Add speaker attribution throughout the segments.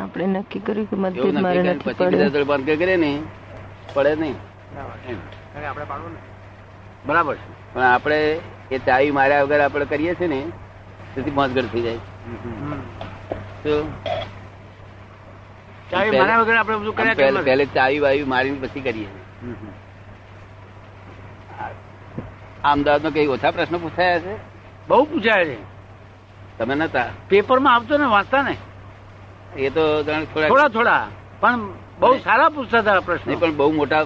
Speaker 1: આપણે નક્કી કર્યું કે
Speaker 2: એવું
Speaker 1: મતભેદ મારે
Speaker 2: નક્કી
Speaker 1: નથી
Speaker 2: કરે પછી બીજા
Speaker 1: પડે
Speaker 2: જોડે બંધ કરે ને પડે નહીં એમ.
Speaker 3: આપણે પાડવું ને
Speaker 2: બરાબર છે પણ આપણે એ ચાવી માર્યા વગર આપણે કરીએ છીએ ને તેથી મોજગર થઈ જાય શું?
Speaker 3: ચાવી મારા વગર આપણે બધું કર્યા
Speaker 2: પહેલે
Speaker 3: કેમ?
Speaker 2: પહેલે ચાવી વાવી મારીને પછી કરીએ આ અમદાવાદમાં કઈ ઓછા પ્રશ્નો પૂછાયા છે
Speaker 3: બહુ પૂછાય છે
Speaker 2: તમે નતા
Speaker 3: પેપરમાં આવતો ને વાંચતા ને
Speaker 2: એ તો જાણે થોડા
Speaker 3: થોડા થોડા પણ બહુ સારા પૂછતા હતા
Speaker 2: નહીં
Speaker 3: પ્રશ્ન
Speaker 2: પણ બહુ મોટા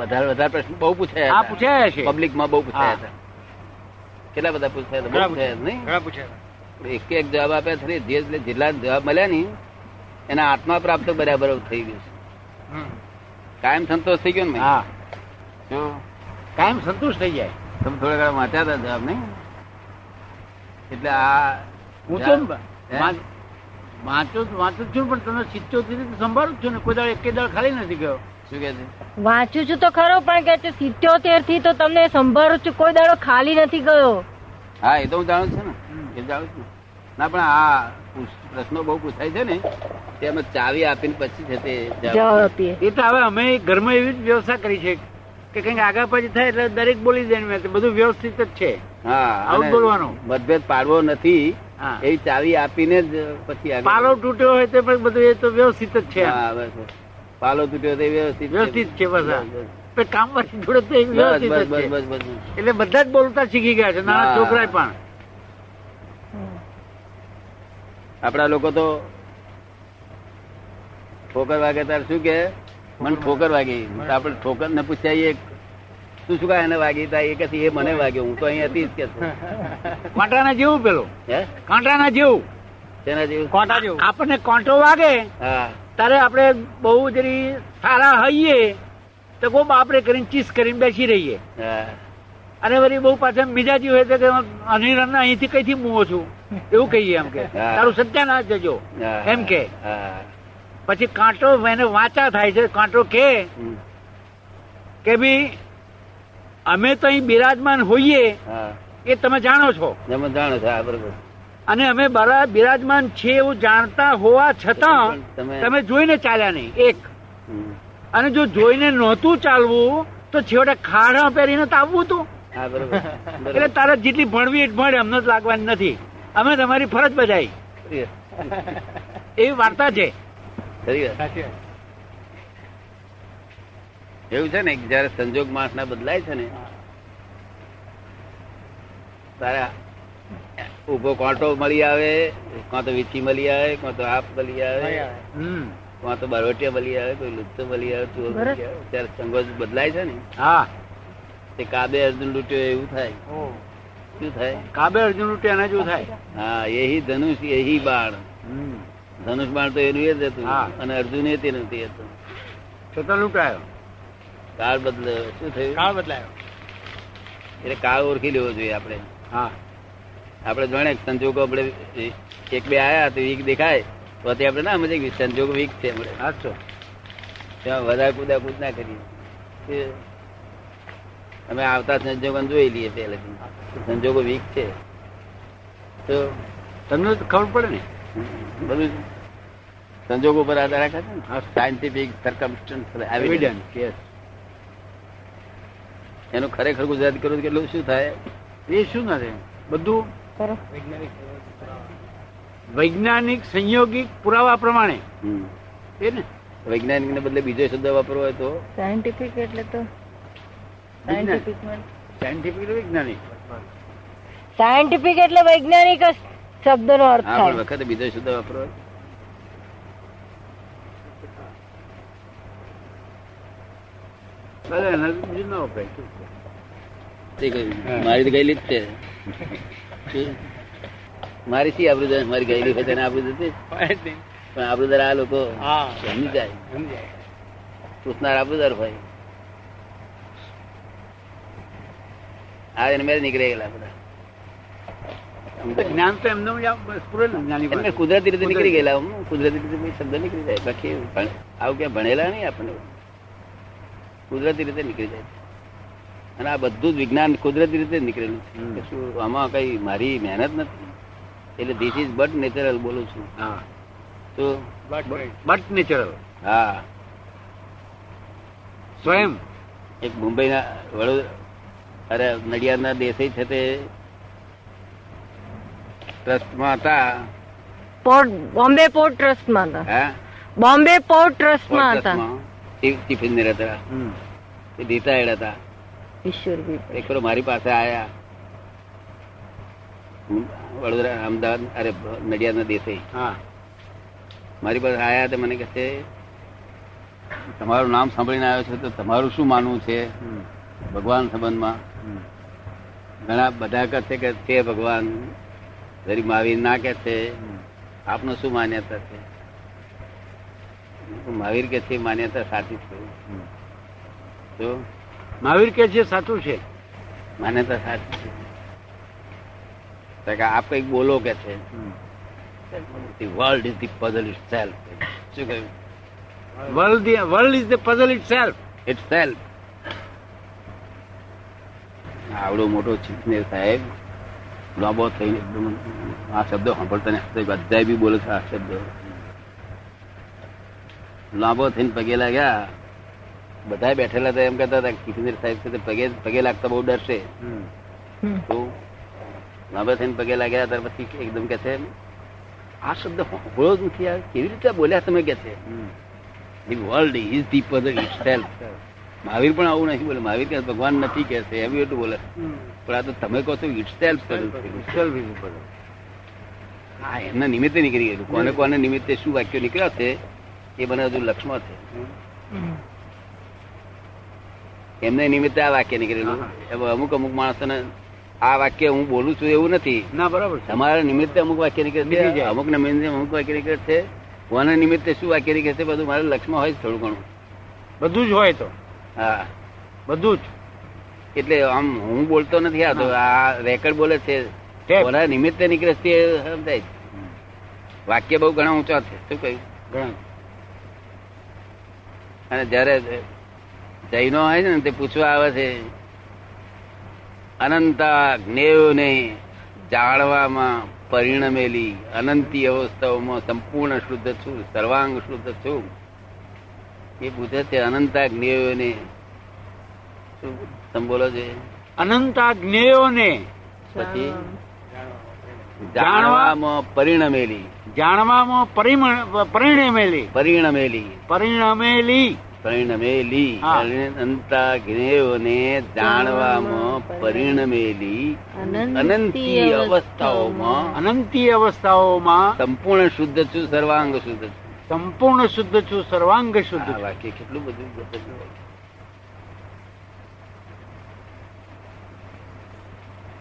Speaker 2: વધારે વધારે પ્રશ્ન બહુ પૂછાયા
Speaker 3: આ
Speaker 2: હતા.
Speaker 3: પૂછાયા છે
Speaker 2: પબ્લિકમાં બહુ પૂછાયા
Speaker 3: હા.
Speaker 2: હતા કેટલા બધા પૂછાયા હતા
Speaker 3: ઘણા
Speaker 2: બહુ પૂછાયા નહીં
Speaker 3: ઘણા પૂછાયા
Speaker 2: એક એક જવાબ આપ્યા છે જે એટલે જેટલા જવાબ મળ્યા નહીં એના આત્મા પ્રાપ્ત બરાબર થઈ ગયું છે
Speaker 3: હમ.
Speaker 2: કાયમ સંતોષ થઈ ગયો ને ભાઈ?
Speaker 3: હા
Speaker 2: જો
Speaker 3: કાયમ સંતુષ્ટ થઈ જાય
Speaker 2: તમે થોડા ઘણા વાંચ્યા હતા જવાબ નહીં એટલે આ
Speaker 3: હું તો
Speaker 2: હે?
Speaker 3: વાં- વાંચું જ- વાંચું જ છું પણ તમે સિત્યોતેર થી સંભાળું જ છું ને કોઈ દાડો એકે દાડો ખાલી નથી ગયો
Speaker 2: શું કે છે
Speaker 4: વાંચું છું તો ખરો પણ કે છે સિત્યોતેર થી તો તમને સંભાળું છું કોઈ દાડો ખાલી નથી ગયો
Speaker 2: હા એ તો હું જાણું છું
Speaker 3: હમ.
Speaker 2: ને એ જાણું છું ના પણ આ પૂછ- પ્રશ્નો બહુ પૂછાય છે ને તે અમે ચાવી આપીને પછી છે તે
Speaker 4: જવાબ
Speaker 2: જવાબ
Speaker 4: આપીએ
Speaker 3: એ તો હવે અમે ઘરમાં એવી જ વ્યવસ્થા કરી છે કે કંઈક આગા પાછી થાય એટલે દરેક બોલી દે ને એટલે બધું વ્યવસ્થિત જ છે
Speaker 2: હા
Speaker 3: આવું
Speaker 2: અને
Speaker 3: બોલવાનું.
Speaker 2: મતભેદ પાડવો નથી
Speaker 3: હા.
Speaker 2: એવી ચાવી આપીને જ પછી આગળ-
Speaker 3: પાલો તૂટ્યો હોય તો પણ બધું એ તો વ્યવસ્થિત જ છે
Speaker 2: હા, બસ, બસ. પાલો તૂટ્યો તો એ વ્યવસ્થિત
Speaker 3: વ્યવસ્થિત છે બસ આ.
Speaker 2: બસ,
Speaker 3: પણ કામ વાળી જોડે તો એ
Speaker 2: બસ,
Speaker 3: વ્યવસ્થિત
Speaker 2: બસ,
Speaker 3: જ
Speaker 2: બસ,
Speaker 3: છે
Speaker 2: બસ, બસ, બસ.
Speaker 3: એટલે બધા જ બોલતા શીખી ગયા છે નાના
Speaker 2: હા.
Speaker 3: છોકરા પણ
Speaker 2: આપણા લોકો તો ઠોકર વાગે ત્યારે શું કે મને ઠોકર વાગી તો આપણે ઠોકર ને પૂછાઈએ તું શું કાંઈ એને વાગી તા એ કે એ મને વાગ્યો હું તો અહીં હતી જ કે છું.
Speaker 3: કાંટાના જેવું પેલું
Speaker 2: હે
Speaker 3: કાંટાના જેવું
Speaker 2: તેના જેવું
Speaker 3: આપણને કોંટો વાગે
Speaker 2: હા
Speaker 3: ત્યારે આપણે બહુ જરી સારા હઈએ તો કો બાપરે કરીને ચીસ કરીને બેસી રહીએ
Speaker 2: હા
Speaker 3: અને વળી બહુ પાછા મિજાજી હોય તો કે અનિરન અહીંથી કઈથી મૂવો છું એવું કહીએ એમ કે
Speaker 2: હા.
Speaker 3: તારું સત્યા ના જજો
Speaker 2: હા.
Speaker 3: એમ કે
Speaker 2: હા.
Speaker 3: પછી કાંટો એને વાંચા થાય છે કાંટો કે
Speaker 2: હમ.
Speaker 3: કે ભઈ અમે તો અહીં બિરાજમાન હોઈએ
Speaker 2: હા
Speaker 3: એ તમે જાણો છો
Speaker 2: તમે જાણો છો હા બરોબર
Speaker 3: અને અમે બરા બિરાજમાન છીએ એવું જાણતા હોવા છતાં
Speaker 2: તમે-
Speaker 3: તમે જોઈને ચાલ્યા નહીં એક
Speaker 2: હમ.
Speaker 3: અને જો જોઈને નહોતું ચાલવું તો છેવટે ખાડા પહેરીને તો આવવું હતું
Speaker 2: હા બરોબર
Speaker 3: એટલે
Speaker 2: બરોબર.
Speaker 3: તારે જેટલી ભણવી એટલી ભણ અમને જ લાગવાની નથી અમે તમારી ફરજ બજાવી
Speaker 2: ખરી
Speaker 3: એવી વાર્તા છે
Speaker 2: વાત. ખરી વાત. એવું છે ને કે જયારે સંજોગ માણસ ના બદલાય છે ને તારે ઉભો કોંટો મળી આવે કાં તો વીછી મળી આવે કાં તો આપ મળી આવે
Speaker 3: હમ.
Speaker 2: કાં તો બારવટિયા મળી આવે કોઈ લુચ્ચો મળી આવે ચોર મળી આવે ત્યારે સંગોજ બદલાય છે ને
Speaker 3: હા
Speaker 2: તે કાબે અર્જુન લૂટ્યો એવું થાય શું થાય
Speaker 3: કાબે અર્જુન ટેના જેવું થાય
Speaker 2: હા એહી ધનુષ એહી બાણ
Speaker 3: હમ.
Speaker 2: ધનુષ બાણ તો એનું એ જ હતું
Speaker 3: હા.
Speaker 2: અને અર્જુન એ તે નથી હતું
Speaker 3: છતાં લૂંટાયો
Speaker 2: કાળ બદલાયો શું થયું
Speaker 3: બદલાયો
Speaker 2: એટલે કાળ ઓળખી લેવો જોઈએ આપણે
Speaker 3: હા
Speaker 2: આપણે જાણે કે સંજોગો આપણે એક બે આયા તો વીક દેખાય તો તે આપણે ના સમજીએ કે સંજોગ વીક છે આપણે
Speaker 3: સાચો
Speaker 2: ત્યાં વધારે કુદાકૂદ ના કરીએ એ અમે આવતા સંજોગો જોઈ લઈએ પહેલેથી સંજોગો વીક છે તો
Speaker 3: તમને તો ખબર પડે ને
Speaker 2: બધું સંજોગો પર આધાર રાખે છે ને scientific circumstance evidence
Speaker 3: Evidence, yes.
Speaker 2: એનું ખરેખર ગુજરાત કરું તો કેટલું શું થાય
Speaker 3: એ શું નથી બધું
Speaker 4: કરો.
Speaker 3: વૈજ્ઞાનિક સંયોગિક પુરાવા પ્રમાણે
Speaker 2: હમ.
Speaker 3: એ ને
Speaker 2: વૈજ્ઞાનિક ને બદલે બીજો શબ્દ વાપરવો હોય તો
Speaker 1: સાયન્ટિફિક એટલે તો સાયન્ટિફિક
Speaker 3: Business. સાયન્ટિફિક વૈજ્ઞાનિક
Speaker 4: સાયન્ટિફિક એટલે વૈજ્ઞાનિક જ શબ્દનો અર્થ
Speaker 2: હા પણ
Speaker 4: થાય
Speaker 2: વખતે બીજો શબ્દ વાપરવો હોય.
Speaker 3: બસ એના બીજું ના વપરાય શું છે?
Speaker 2: તે કહ્યું, મારી તો ગયેલી જ છે શું? મારી શી આબરૂ જાય? મારી ગયેલી હોય તેને આબરૂ જતી? પણ આબરૂદાર આ લોકો સમજી જાય પૂછનાર આબરૂદાર હોય આ એને મેળ નીકળી ગયેલા બધા
Speaker 3: જ્ઞાન તો એમનું જ આ બસ પૂરે ને જ્ઞાની
Speaker 2: એમને
Speaker 3: પાસે.
Speaker 2: કુદરતી રીતે નીકળી ગયેલા આમ કુદરતી રીતે કોઈ શબ્દ નીકળી જાય બાકી એવું ભણ- આવું ક્યાં ભણેલા નહીં આપણને કુદરતી રીતે નીકળી જાય અને આ બધું જ વિજ્ઞાન કુદરતી રીતે જ નીકળેલું છે
Speaker 3: હમ.
Speaker 2: કશું આમાં કઈ મારી મહેનત નથી એટલે ધીસ ઇઝ બટ નેચરલ બોલું છું
Speaker 3: હા
Speaker 2: તો
Speaker 3: બટ નેચરલ
Speaker 2: હા
Speaker 3: સ્વયં
Speaker 2: એક મુંબઈના વડોદરા અરે નડિયાદના દેસાઈ છે તે ટ્રસ્ટમાં હતા
Speaker 4: પોર્ટ બોમ્બે પોર્ટ ટ્રસ્ટમાં હતા
Speaker 2: હા
Speaker 4: બોમ્બે પોર્ટ ટ્રસ્ટમાં હતા
Speaker 2: ટ્રસ્ટમાં ટિફિન ને હતા
Speaker 3: હમ.
Speaker 2: એ રિટાયર્ડ હતા
Speaker 1: ઈશ્વરભાઈ
Speaker 2: એક વાર મારી પાસે આયા હું વડોદરા અમદાવાદ અરે નડિયાદના દેસાઈ
Speaker 3: હા
Speaker 2: મારી પાસે આયા તો મને કહે છે તમારું નામ સાંભળીને આવ્યો છે તો તમારું શું માનવું છે
Speaker 3: હમ.
Speaker 2: ભગવાન સંબંધમાં
Speaker 3: હમ.
Speaker 2: ઘણા બધા કહે છે કે છે ભગવાન જરી મહાવીર ના કે છે આપનું શું માન્યતા છે મહાવીર કે છે માન્યતા સાચી છે
Speaker 3: હમ.
Speaker 2: જો
Speaker 3: મહાવીર કે છે સાચું છે
Speaker 2: માન્યતા સાચી છે તો કે આપ કઈક બોલો કે છે the world is the puzzle itself શું કહ્યું
Speaker 3: world world is the puzzle itself
Speaker 2: itself આવડો મોટો ચીફને સાહેબ લાંબો થઈ એકદમ આ શબ્દો સાંભળતા ને હસતા બધા બી બોલે છે આ શબ્દો લાંબો થઈને પગે લાગ્યા બધા બેઠેલા હતા એમ કહેતા હતા કે ચીફને સાહેબ છે તે પગે પગે લાગતા બહુ ડરશે તો લાંબા થઈને પગે લાગ્યા ત્યાર પછી એકદમ કે છે આ શબ્દ સાંભળ્યો જ નથી આ કેવી રીતે બોલ્યા તમે કે છે the world is the puzzle itself Mahavir પણ આવું નથી બોલે મહાવીર કે ભગવાન નથી કે છે એવી એટલું બોલે પણ આ તો તમે કહો છો itself
Speaker 3: Self is the puzzle.
Speaker 2: હા એમના નિમિત્તે નીકળી ગયેલું કોને કોને નિમિત્તે શું વાક્યો નીકળ્યા છે એ મને હજુ લક્ષમાં છે એમને નિમિત્તે આ વાક્ય નીકળેલું હવે અમુક અમુક માણસોને આ વાક્ય હું બોલું છું એવું નથી
Speaker 3: ના બરાબર છે.
Speaker 2: તમારા નિમિત્તે અમુક વાક્ય નીકળે
Speaker 3: નીકળી
Speaker 2: છે
Speaker 3: જાય.
Speaker 2: અમુક નિમિત્તે અમુક વાક્ય નીકળે છે કોના નિમિત્તે શું વાક્ય નીકળે છે બધું મારે લક્ષમાં હોય છે થોડું ઘણું
Speaker 3: બધું જ હોય તો
Speaker 2: હા
Speaker 3: બધું જ
Speaker 2: એટલે આમ હું બોલતો નથી આ તો આ રેકર્ડ બોલે છે
Speaker 3: ટેપ.
Speaker 2: ઓલા નિમિત્તે નીકળે છે એ સમજાય છે. વાક્ય બહુ ઘણા ઊંચા છે શું કહ્યું
Speaker 3: ઘણા.
Speaker 2: અને જયારે જૈનો હોય છે ને તે પૂછવા આવે છે અનંતા જ્ઞેયોને જાળવામાં પરિણમેલી અનંતી અવસ્થાઓમાં સંપૂર્ણ શુદ્ધ છું સર્વાંગ શુદ્ધ છું એ પૂછે છે અનંતા જ્ઞેયોને શું સંબોલો છે
Speaker 3: અનંતા જ્ઞેયોને
Speaker 2: પછી જાણવામાં
Speaker 3: જાણવામાં
Speaker 2: પરિણમેલી
Speaker 3: જાણવામાં પરિમ- પરિણમેલી
Speaker 2: પરિણમેલી
Speaker 3: પરિણમેલી
Speaker 2: પરિણમેલી
Speaker 3: હા.
Speaker 2: અનંતા જ્ઞેયોને જાણવામાં પરિણમેલી અનંતી અવસ્થાઓમાં
Speaker 3: અનંતી અવસ્થાઓમાં
Speaker 2: સંપૂર્ણ શુદ્ધ છું સર્વાંગ શુદ્ધ છું
Speaker 3: સંપૂર્ણ શુદ્ધ છું સર્વાંગ શુદ્ધ
Speaker 2: આ
Speaker 3: છું
Speaker 2: વાક્ય કેટલું બધું ગજબનું વાક્ય.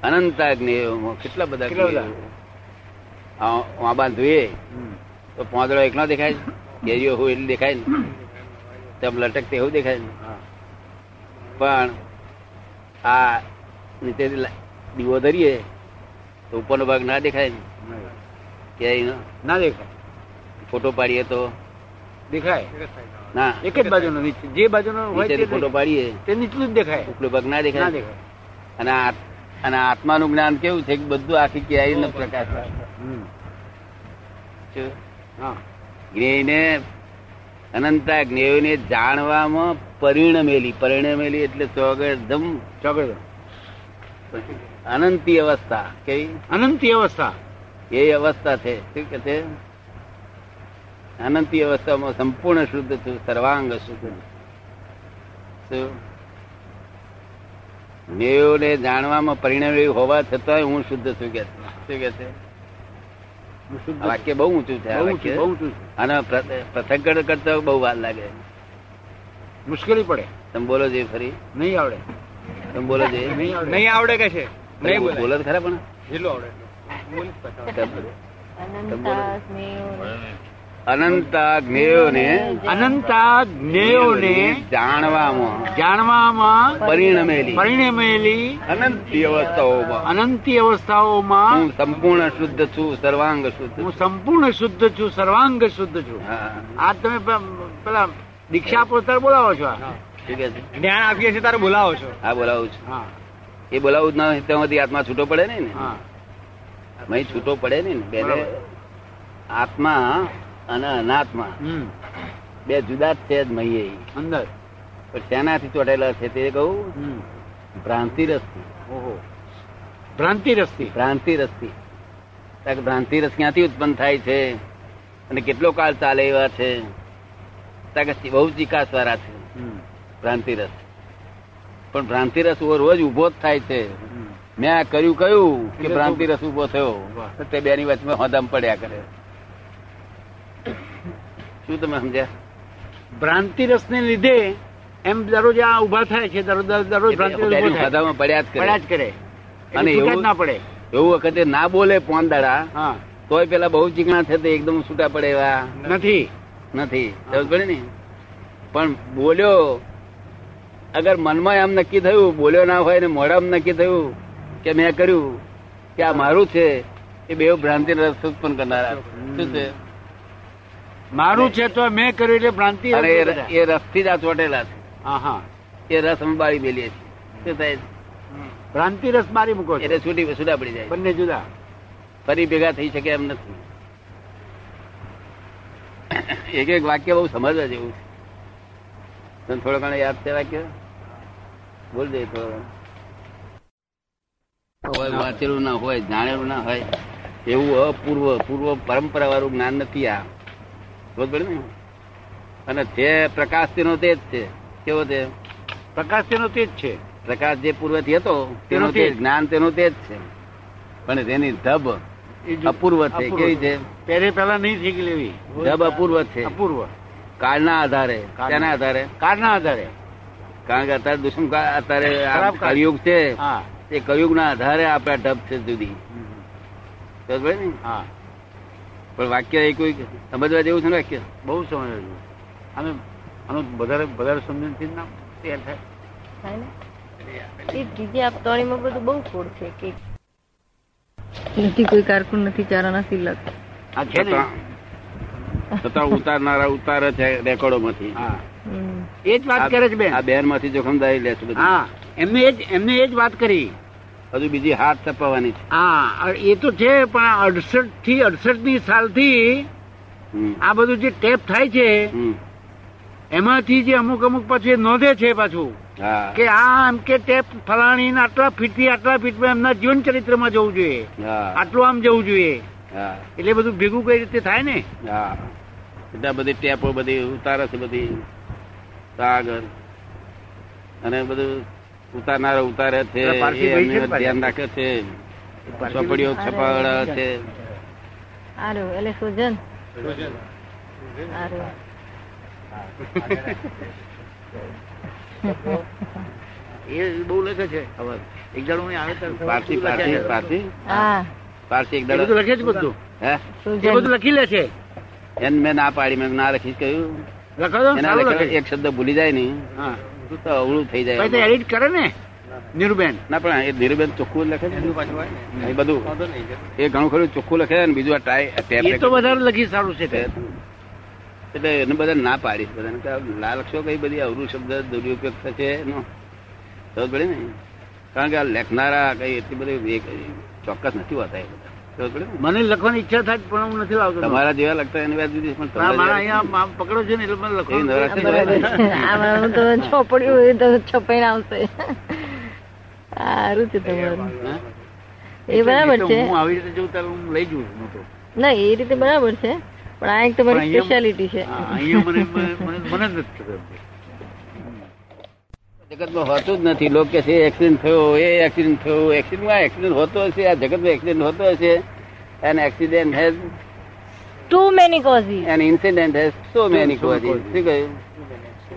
Speaker 2: અનંતા જ્ઞેયોમાં કેટલા બધા
Speaker 3: કેટલા બધા?
Speaker 2: જ્ઞેયો. આ આ બાંધવીએ
Speaker 3: હમ.
Speaker 2: તો પોંદડો એકલો દેખાય છે કેરીઓ હોય એટલે દેખાય ને તેમ લટકતે એવું દેખાય ને
Speaker 3: હા.
Speaker 2: પણ આ નીચે દીવો ધરીએ તો ઉપરનો ભાગ ના દેખાય ને કેરીનો
Speaker 3: ના દેખાય
Speaker 2: ફોટો પાડીએ તો
Speaker 3: દેખાય
Speaker 2: ના
Speaker 3: એક જ બાજુનો નીચે જે બાજુનો હોય તે
Speaker 2: નીચેથી ફોટો
Speaker 3: દેખાય.
Speaker 2: પાડીએ
Speaker 3: તે નીચલું જ દેખાય
Speaker 2: ઉપલો ભાગ ના
Speaker 3: ના
Speaker 2: દેખાય
Speaker 3: દેખાય
Speaker 2: અને આ- અને આત્માનું જ્ઞાન કેવું છે કે બધું આખી કેરીનો પ્રકાશ
Speaker 3: હમ.
Speaker 2: છે.
Speaker 3: હા
Speaker 2: જ્ઞેયને અનંતા જ્ઞેયોને જાણવામાં પરિણમેલી પરિણમેલી એટલે ચોગડધમ
Speaker 3: ચોગડો.
Speaker 2: અનંતી અવસ્થા કેવી
Speaker 3: અનંતી અવસ્થા
Speaker 2: એ અવસ્થા છે શું કે છે અનંતી અવસ્થામાં સંપૂર્ણ શુદ્ધ છું સર્વાંગ શુદ્ધ છું. શું મેયોને જાણવામાં પરિણમે હોવા છતાંય હું શુદ્ધ છું કે છે. શું કે છે
Speaker 3: હું શુદ્ધ
Speaker 2: આ વાક્ય બહુ ઊંચું છે આ
Speaker 3: બહુ ઊંચું, બહુ
Speaker 2: વાક્ય
Speaker 3: ઊંચું છે.
Speaker 2: અને પ્રથંકડ કરતા બહુ વાર લાગે
Speaker 3: મુશ્કેલી પડે
Speaker 2: તમે બોલો જે ફરી
Speaker 3: નહીં આવડે
Speaker 2: તમે બોલો જે
Speaker 3: નહીં આવડે
Speaker 5: નહીં આવડે કે છે નહીં બોલાય.
Speaker 2: બોલો તો ખરા પણ
Speaker 5: ઢીલું આવડે બોલીશ પાછા.
Speaker 1: અનંતા સ્નેહોને
Speaker 2: અનંતા જ્ઞેયોને
Speaker 3: અનંતા જ્ઞેયોને
Speaker 2: જાણવામાં
Speaker 3: જાણવામાં
Speaker 2: પરિણમેલી
Speaker 3: પરિણમેલી
Speaker 2: અનંતી અવસ્થાઓમાં
Speaker 3: અનંતી અવસ્થાઓમાં
Speaker 2: હું સંપૂર્ણ શુદ્ધ છું સર્વાંગ શુદ્ધ
Speaker 3: હું
Speaker 2: છું
Speaker 3: સંપૂર્ણ શુદ્ધ છું સર્વાંગ શુદ્ધ છું
Speaker 2: હા.
Speaker 3: આ તમે પ- પેલા દીક્ષા આપો ત્યારે બોલાવો છો આ.
Speaker 2: શું કહે છે?
Speaker 5: જ્ઞાન આપીએ છીએ તારે બોલાવો છો
Speaker 2: હા બોલાવું છું
Speaker 3: હા
Speaker 2: એ બોલાવું જ ના હોય તેમાંથી આત્મા છૂટો પડે નહીં ને
Speaker 3: હા
Speaker 2: મહી છૂટો પડે નહીં ને બેને આત્મા અને અનાથમાં
Speaker 3: હમ
Speaker 2: બે જુદા જ છે જ મહીએ
Speaker 3: અંદર
Speaker 2: પણ શેનાથી ચોટેલા છે તે કહું
Speaker 3: હમ
Speaker 2: ભ્રાંતિ રસથી
Speaker 3: ઓહો ભ્રાંતિ રસ્તી
Speaker 2: ભ્રાંતિ રસથી કારણ કે ભ્રાંતિ રસ ક્યાંથી ઉત્પન્ન થાય છે અને કેટલો કાળ ચાલે એવા છે કારણ કે બહુ ચિકાસ વાળા છે
Speaker 3: હમ
Speaker 2: ભ્રાંતિ રસ પણ ભ્રાંતિ રસ રોજ ઉભો જ થાય છે
Speaker 3: હમ.
Speaker 2: મેં આ કર્યું કયું કે
Speaker 3: એટલે
Speaker 2: ભ્રાંતિ રસ ઉભો થયો
Speaker 3: વાહ.
Speaker 2: તો તે બેની વચમાં હોદમ પડ્યા કરે શું તમે સમજ્યા
Speaker 3: ભ્રાંતિ રસને લીધે એમ દરરોજ આ ઉભા થાય છે દરરોજ દરરોજ ભ્રાંતિ
Speaker 2: એટલે
Speaker 3: રસ
Speaker 2: બેની
Speaker 3: ઊભો થાય.
Speaker 2: હોદામાં પડ્યા જ કરે
Speaker 3: પડ્યા જ કરે
Speaker 2: અને
Speaker 3: અને
Speaker 2: એવું-
Speaker 3: એવું ના પડે
Speaker 2: એવું વખતે ના બોલે પોન દાડા
Speaker 3: હા
Speaker 2: તોય પેલા બહુ ચીકણા છે તે એકદમ છૂટા પડે એવા
Speaker 3: નથી
Speaker 2: નથી સમજ પડી ને પણ બોલ્યો અગર મનમાં એમ નક્કી થયું બોલ્યો ના હોય ને મોઢામાં નક્કી થયું કે મેં કર્યું કે આ મારું છે એ બે ભ્રાંતિ રસ ઉત્પન્ન કરનારા શું છે
Speaker 3: મારું છે તો મેં કર્યું એટલે ભ્રાંતિ
Speaker 2: અને એ
Speaker 3: રસ બધા.
Speaker 2: ર- એ રસ થી જ આ ચોટેલા
Speaker 3: હા હા
Speaker 2: છે એ રસ અમે બાળી બેલીએ છીએ શું થાય છે?
Speaker 3: ભ્રાંતિ રસ મારી મૂકો છો
Speaker 2: એટલે છૂટી છૂટા પડી જાય
Speaker 3: બંને જુદા
Speaker 2: ફરી ભેગા થઈ શકે એમ નથી એક એક વાક્ય બહુ સમજવા જેવું છે તને થોડો ઘણો યાદ છે વાક્ય બોલ દે તો હોય વાંચેલું ના હોય જાણેલું ના હોય એવું અપૂર્વ પૂર્વ પરંપરા વાળું જ્ઞાન નથી આ ખબર પડી ને અને જે પ્રકાશ તેનો તે જ છે કેવો છે
Speaker 3: પ્રકાશ તેનો તે જ છે
Speaker 2: પ્રકાશ જે પૂર્વથી હતો તેનો તે જ, જ્ઞાન તેનો તે જ છે પણ તેની ધબ
Speaker 3: એ જુદું.
Speaker 2: અપૂર્વ છે કેવી છે
Speaker 3: પહેરે પહેલા નહીં થઈ ગયેલી એવી.
Speaker 2: જબ અપૂર્વ છે
Speaker 3: અપૂર્વ
Speaker 2: કાળના આધારે
Speaker 3: કાળના.
Speaker 2: તેના આધારે
Speaker 3: કાળના આધારે
Speaker 2: કારણ કે અત્યારે દુષ્મ કાળ અત્યારે આ
Speaker 3: ખરાબ કાળ.
Speaker 2: કળિયુગ છે
Speaker 3: હા
Speaker 2: એ કળિયુગના આધારે આપણે આ ઢબ છે જુદી
Speaker 3: હમ.
Speaker 2: ખબર પડી ને?
Speaker 3: હા
Speaker 2: પણ વાક્ય એ કોઈ સમજવા જેવું છે ને વાક્ય
Speaker 3: બહુ સમજવું અમે આનો વધારે વધારે સમજણથી જ ના તૈયાર થાય
Speaker 1: થાય ને? એ બીજી આપતાણીમાં બધું બહુ ખોડ છે કે નથી કોઈ કારકુન નથી ચારાના સિલક
Speaker 3: આ છે ને
Speaker 2: છતાં- છતાં ઉતારનારા ઉતારે છે રેકોર્ડો માંથી
Speaker 3: હા
Speaker 1: હમ.
Speaker 3: એ જ વાત કરે છે બેન
Speaker 2: આ બેન માંથી જોખમદારી લે છે બધી
Speaker 3: હા એમને એ જ એમને એ જ વાત કરી
Speaker 2: હજુ બીજી હાથ તપાવવાની છે
Speaker 3: હા એ તો છે પણ અડસઠ થી અડસઠ ની સાલથી
Speaker 2: હમ.
Speaker 3: આ બધું જે ટેપ થાય છે
Speaker 2: હમ.
Speaker 3: એમાંથી જે અમુક અમુક પાછું એ નોંધે છે પાછું
Speaker 2: હા
Speaker 3: કે આ એમ કે ટેપ ફલાણી આટલા ફીટ થી આટલા ફીટ એમના જીવન ચરિત્રમાં જવું જોઈએ
Speaker 2: હા
Speaker 3: આટલું આમ જવું જોઈએ
Speaker 2: હા
Speaker 3: એટલે બધું ભેગું કઈ રીતે થાય ને
Speaker 2: હા એટલે આ બધી ટેપો બધી ઉતારે છે બધી આગળ અને બધું ઉતારનારા ઉતારે છે
Speaker 3: એટલે પારસી
Speaker 2: એ
Speaker 3: ભાઈ
Speaker 2: એમને
Speaker 3: છે ને પાછા?
Speaker 2: ધ્યાન રાખે છે
Speaker 3: પારસી
Speaker 2: ચોપડીઓ છપાવડા છે
Speaker 1: આરો એટલે સોજન આરો
Speaker 3: એ બહુ લખે છે ખબર એક દાડો હું આવે ત્યારે
Speaker 2: પારસી પારસી પારસી
Speaker 1: આ
Speaker 2: પારસી એક
Speaker 3: એ બધું
Speaker 2: દાડો
Speaker 3: લખે છે બધું
Speaker 2: હે
Speaker 3: એ બધું
Speaker 1: સોજન
Speaker 3: લખી લે છે
Speaker 2: એને મેં ના પાડી મેં ના લખી કહ્યું
Speaker 3: લખો તો
Speaker 2: એના
Speaker 3: સારું લખે
Speaker 2: લખેલો
Speaker 3: છે.
Speaker 2: એક શબ્દ ભૂલી જાય નહીં
Speaker 3: હા
Speaker 2: તો અવળું થઈ
Speaker 3: પછી તો
Speaker 2: જાય
Speaker 3: એડિટ કરે ને નીરુબેન
Speaker 2: ના પણ એ ધીરુબેન ચોખ્ખું જ લખે છે ને?
Speaker 5: પાછું હોય ને
Speaker 2: એ બધું
Speaker 5: વાંધો નહીં જરા.
Speaker 2: એ ઘણું ખરું ચોખ્ખું લખે અને બીજું આ ટાઈ ટેપ
Speaker 3: એ તો
Speaker 2: રેકોર્ડ.
Speaker 3: વધારે લખી સારું છે તે.
Speaker 2: એટલે એને બધા ના પાડીશ બધાને કે આ લાલ અક્ષરો કઈ બધી અવરું શબ્દ દુરુપયોગ થશે એનો ખબર પડી ને કારણ કે આ લેખનારા કઈ એટલી બધી એ કઈ ચોક્કસ નથી હોતા એ બધા ખબર પડી ને?
Speaker 3: મને લખવાની ઈચ્છા થાય પણ હું નથી લાવતો
Speaker 2: તમારા જેવા લગતા એની વાત જુદી છે, પણ
Speaker 3: ના, મારા
Speaker 2: તમારા જેવા-
Speaker 3: અહીંયા આમ પકડો છે ને એટલે મને
Speaker 2: એ
Speaker 3: લખવાનું
Speaker 2: નવરાત્રી
Speaker 1: બરાબર
Speaker 2: દરમિયાન
Speaker 1: છે. આમાં તો ચોપડ્યું એ તો છપાઈને આવશે સારું છે તમારું
Speaker 2: હા?
Speaker 1: એ બરાબર છે
Speaker 3: હું આવી રીતે જઉં ત્યારે હું લઈ જઉં છું મોટો.
Speaker 1: ના એ રીતે બરાબર છે પણ આ એક
Speaker 3: પણ
Speaker 1: તમારી
Speaker 3: અહીંયા-
Speaker 1: સ્પેશિયાલિટી છે
Speaker 3: હા, અહીંયા મને મને મને જ નથી ખબર પડતી.
Speaker 2: જગતમાં હોતું જ નથી લોકો કે છે એક્સિડન્ટ થયો એ એક્સિડન્ટ થયો એક્સિડન્ટમાં એક્સિડન્ટ હોતો હશે આ જગતમાં એક્સિડન્ટ હોતો હશે an accident has
Speaker 4: too many causes
Speaker 2: an incident has so many
Speaker 3: So many
Speaker 2: causes શું કહ્યું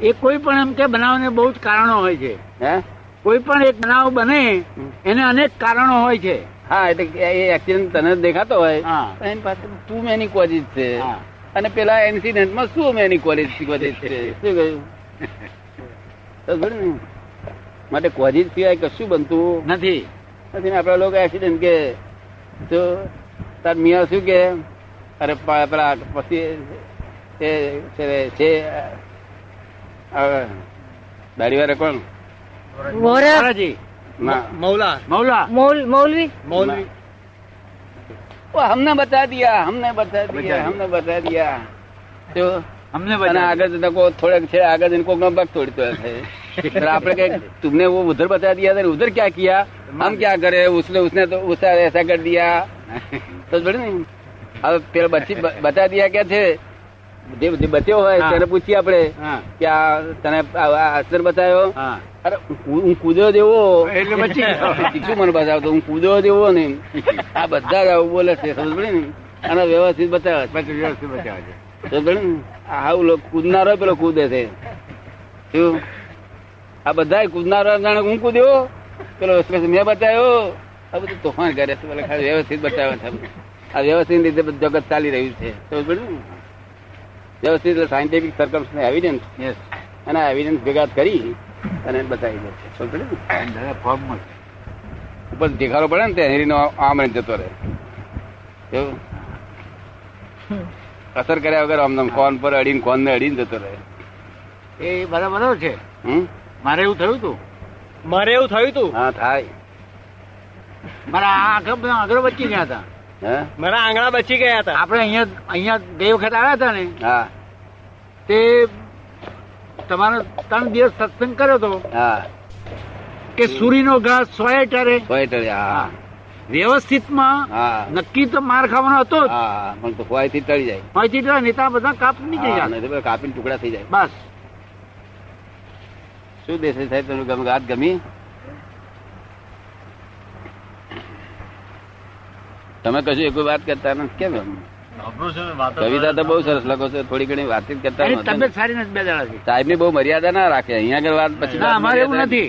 Speaker 3: એ કોઈ પણ એમ કે બનાવને બહુ જ કારણો હોય છે
Speaker 2: હા
Speaker 3: કોઈ પણ એક બનાવ બને એને અનેક કારણો હોય છે
Speaker 2: હા એટલે કે એ એક્સિડન્ટ તને જ દેખાતો હોય
Speaker 3: હા.
Speaker 2: પણ એની પાછળ તું મેની કોજીસ છે
Speaker 3: હા.
Speaker 2: અને પેલા ઇન્સિડન્ટમાં શું મેની કોલેજ કોજીસ છે શું કહ્યું તો ખરું ને? માટે કોજીસ સિવાય કશું બનતું
Speaker 3: નથી
Speaker 2: નથી ને આપણા લોકો એક્સિડન્ટ કે તો તાર મિયા શું કે અરે પા- પેલા પછી એ છે રે, છે આ દાઢીવાળા કોણ
Speaker 4: વોરા
Speaker 3: મોરારજી,
Speaker 2: ના
Speaker 5: મૌલા
Speaker 3: મૌલા
Speaker 4: મૌલ- મૌલવી
Speaker 5: મૌલવી
Speaker 2: वो हमने बता दिया हमने बता दिया
Speaker 3: बता
Speaker 2: हमने बता दिया તો
Speaker 3: અમને
Speaker 2: અને
Speaker 3: બધા
Speaker 2: આગળ જતા કોઈ થોડાક છે આગળ જઈને કોઈક નો પગ તોડતો હશે पर आपने कहे तुमने वो उधर बता दिया था उधर क्या किया हम क्या करे उसने उसने तो उसने ऐसा कर दिया तो बड़े नहीं अब तेरा बच्ची ब- बता दिया क्या थे જે જે બચ્યો હોય
Speaker 3: હા.
Speaker 2: તેને પૂછીએ આપણે
Speaker 3: હા
Speaker 2: કે આ તને આ- આ અસર બતાવ્યો
Speaker 3: હા
Speaker 2: અરે હું હું કૂદો દેવો
Speaker 3: એટલે બચી ગયો.
Speaker 2: શું મને બતાવતો હું કૂદો દેવો ને આ બધા જ આવું બોલે છે સમજ પડી ને આનો વ્યવસ્થિત બતાવે છે.
Speaker 3: બસ વ્યવસ્થિત બચાવે છે
Speaker 2: સમજ પડી ને? આવું લોકો કૂદનારો પેલો કૂદે છે શું આ બધા કૂદનારો જાણે હું કૂદ્યો પેલો કહે છે, મેં બતાવ્યો આ બધું તોફાન કરે છે પેલા ખાલી વ્યવસ્થિત બતાવે છે આ વ્યવસ્થિત રીતે બધું જગત ચાલી રહ્યું છે સમજ પડી ને? વ્યવસ્થિત એટલે સાયન્ટિફિક સર્કમ્સ એવિડન્સ
Speaker 3: યસ
Speaker 2: અને એવિડન્સ ભેગા કરી અને બતાવી દે છે સમજ પડી ને?
Speaker 3: દાદા ફોર્મમાં છે.
Speaker 2: ઉપર દેખાડો પડે ને ત્યાં હેરીનો આમ રહીને જતો રહે એવું અસર કર્યા વગર આમ નામ કોન પર અડીને કોન ને અડીને જતો રહે
Speaker 3: એ બધા બરાબર છે
Speaker 2: હમ?
Speaker 3: મારે એવું થયું હતું
Speaker 5: મારે એવું થયું હતું
Speaker 2: હા થાય
Speaker 3: મારા આ આખા બધા આગળ વચ્ચે ગયા હતા
Speaker 2: હે?
Speaker 5: મારા આંગણા બચી ગયા હતા
Speaker 3: આપણે અહીંયા અહીંયા ગઈ વખત આવ્યા હતા ને
Speaker 2: હા
Speaker 3: તે તમારો ત્રણ દિવસ સત્સંગ કર્યો હતો
Speaker 2: હા
Speaker 3: કે સુરીનો ઘાસ સોએ ટારે
Speaker 2: હોય તો રે, હા
Speaker 3: વ્યવસ્થિતમાં
Speaker 2: હા
Speaker 3: નક્કી તો માર ખાવાનો હતો જ
Speaker 2: હા પણ તો ખોવાય થી ટળી જાય
Speaker 3: માહિતી તો નેતા બધા કાપ નીકળી
Speaker 2: હા,
Speaker 3: ગયા
Speaker 2: નહીં તો પેલા કાપીને ટુકડા થઈ જાય
Speaker 3: બસ
Speaker 2: શું દેશે સાહેબ તમને ગમ વાત ગમી તમે કશું એક વાત કરતા નથી કેમ એમ? કવિતા તો બહુ સરસ લખો છો થોડી ઘણી વાતચીત કરતા
Speaker 3: એની
Speaker 2: વાંધો નહીં.
Speaker 3: તબિયત સારી નથી બે દાડાથી
Speaker 2: સાહેબ ની બહુ મર્યાદા ના રાખે અહીંયા આગળ વાત પછી
Speaker 3: ના અમારે એવું
Speaker 2: મર્યાદા-
Speaker 3: નથી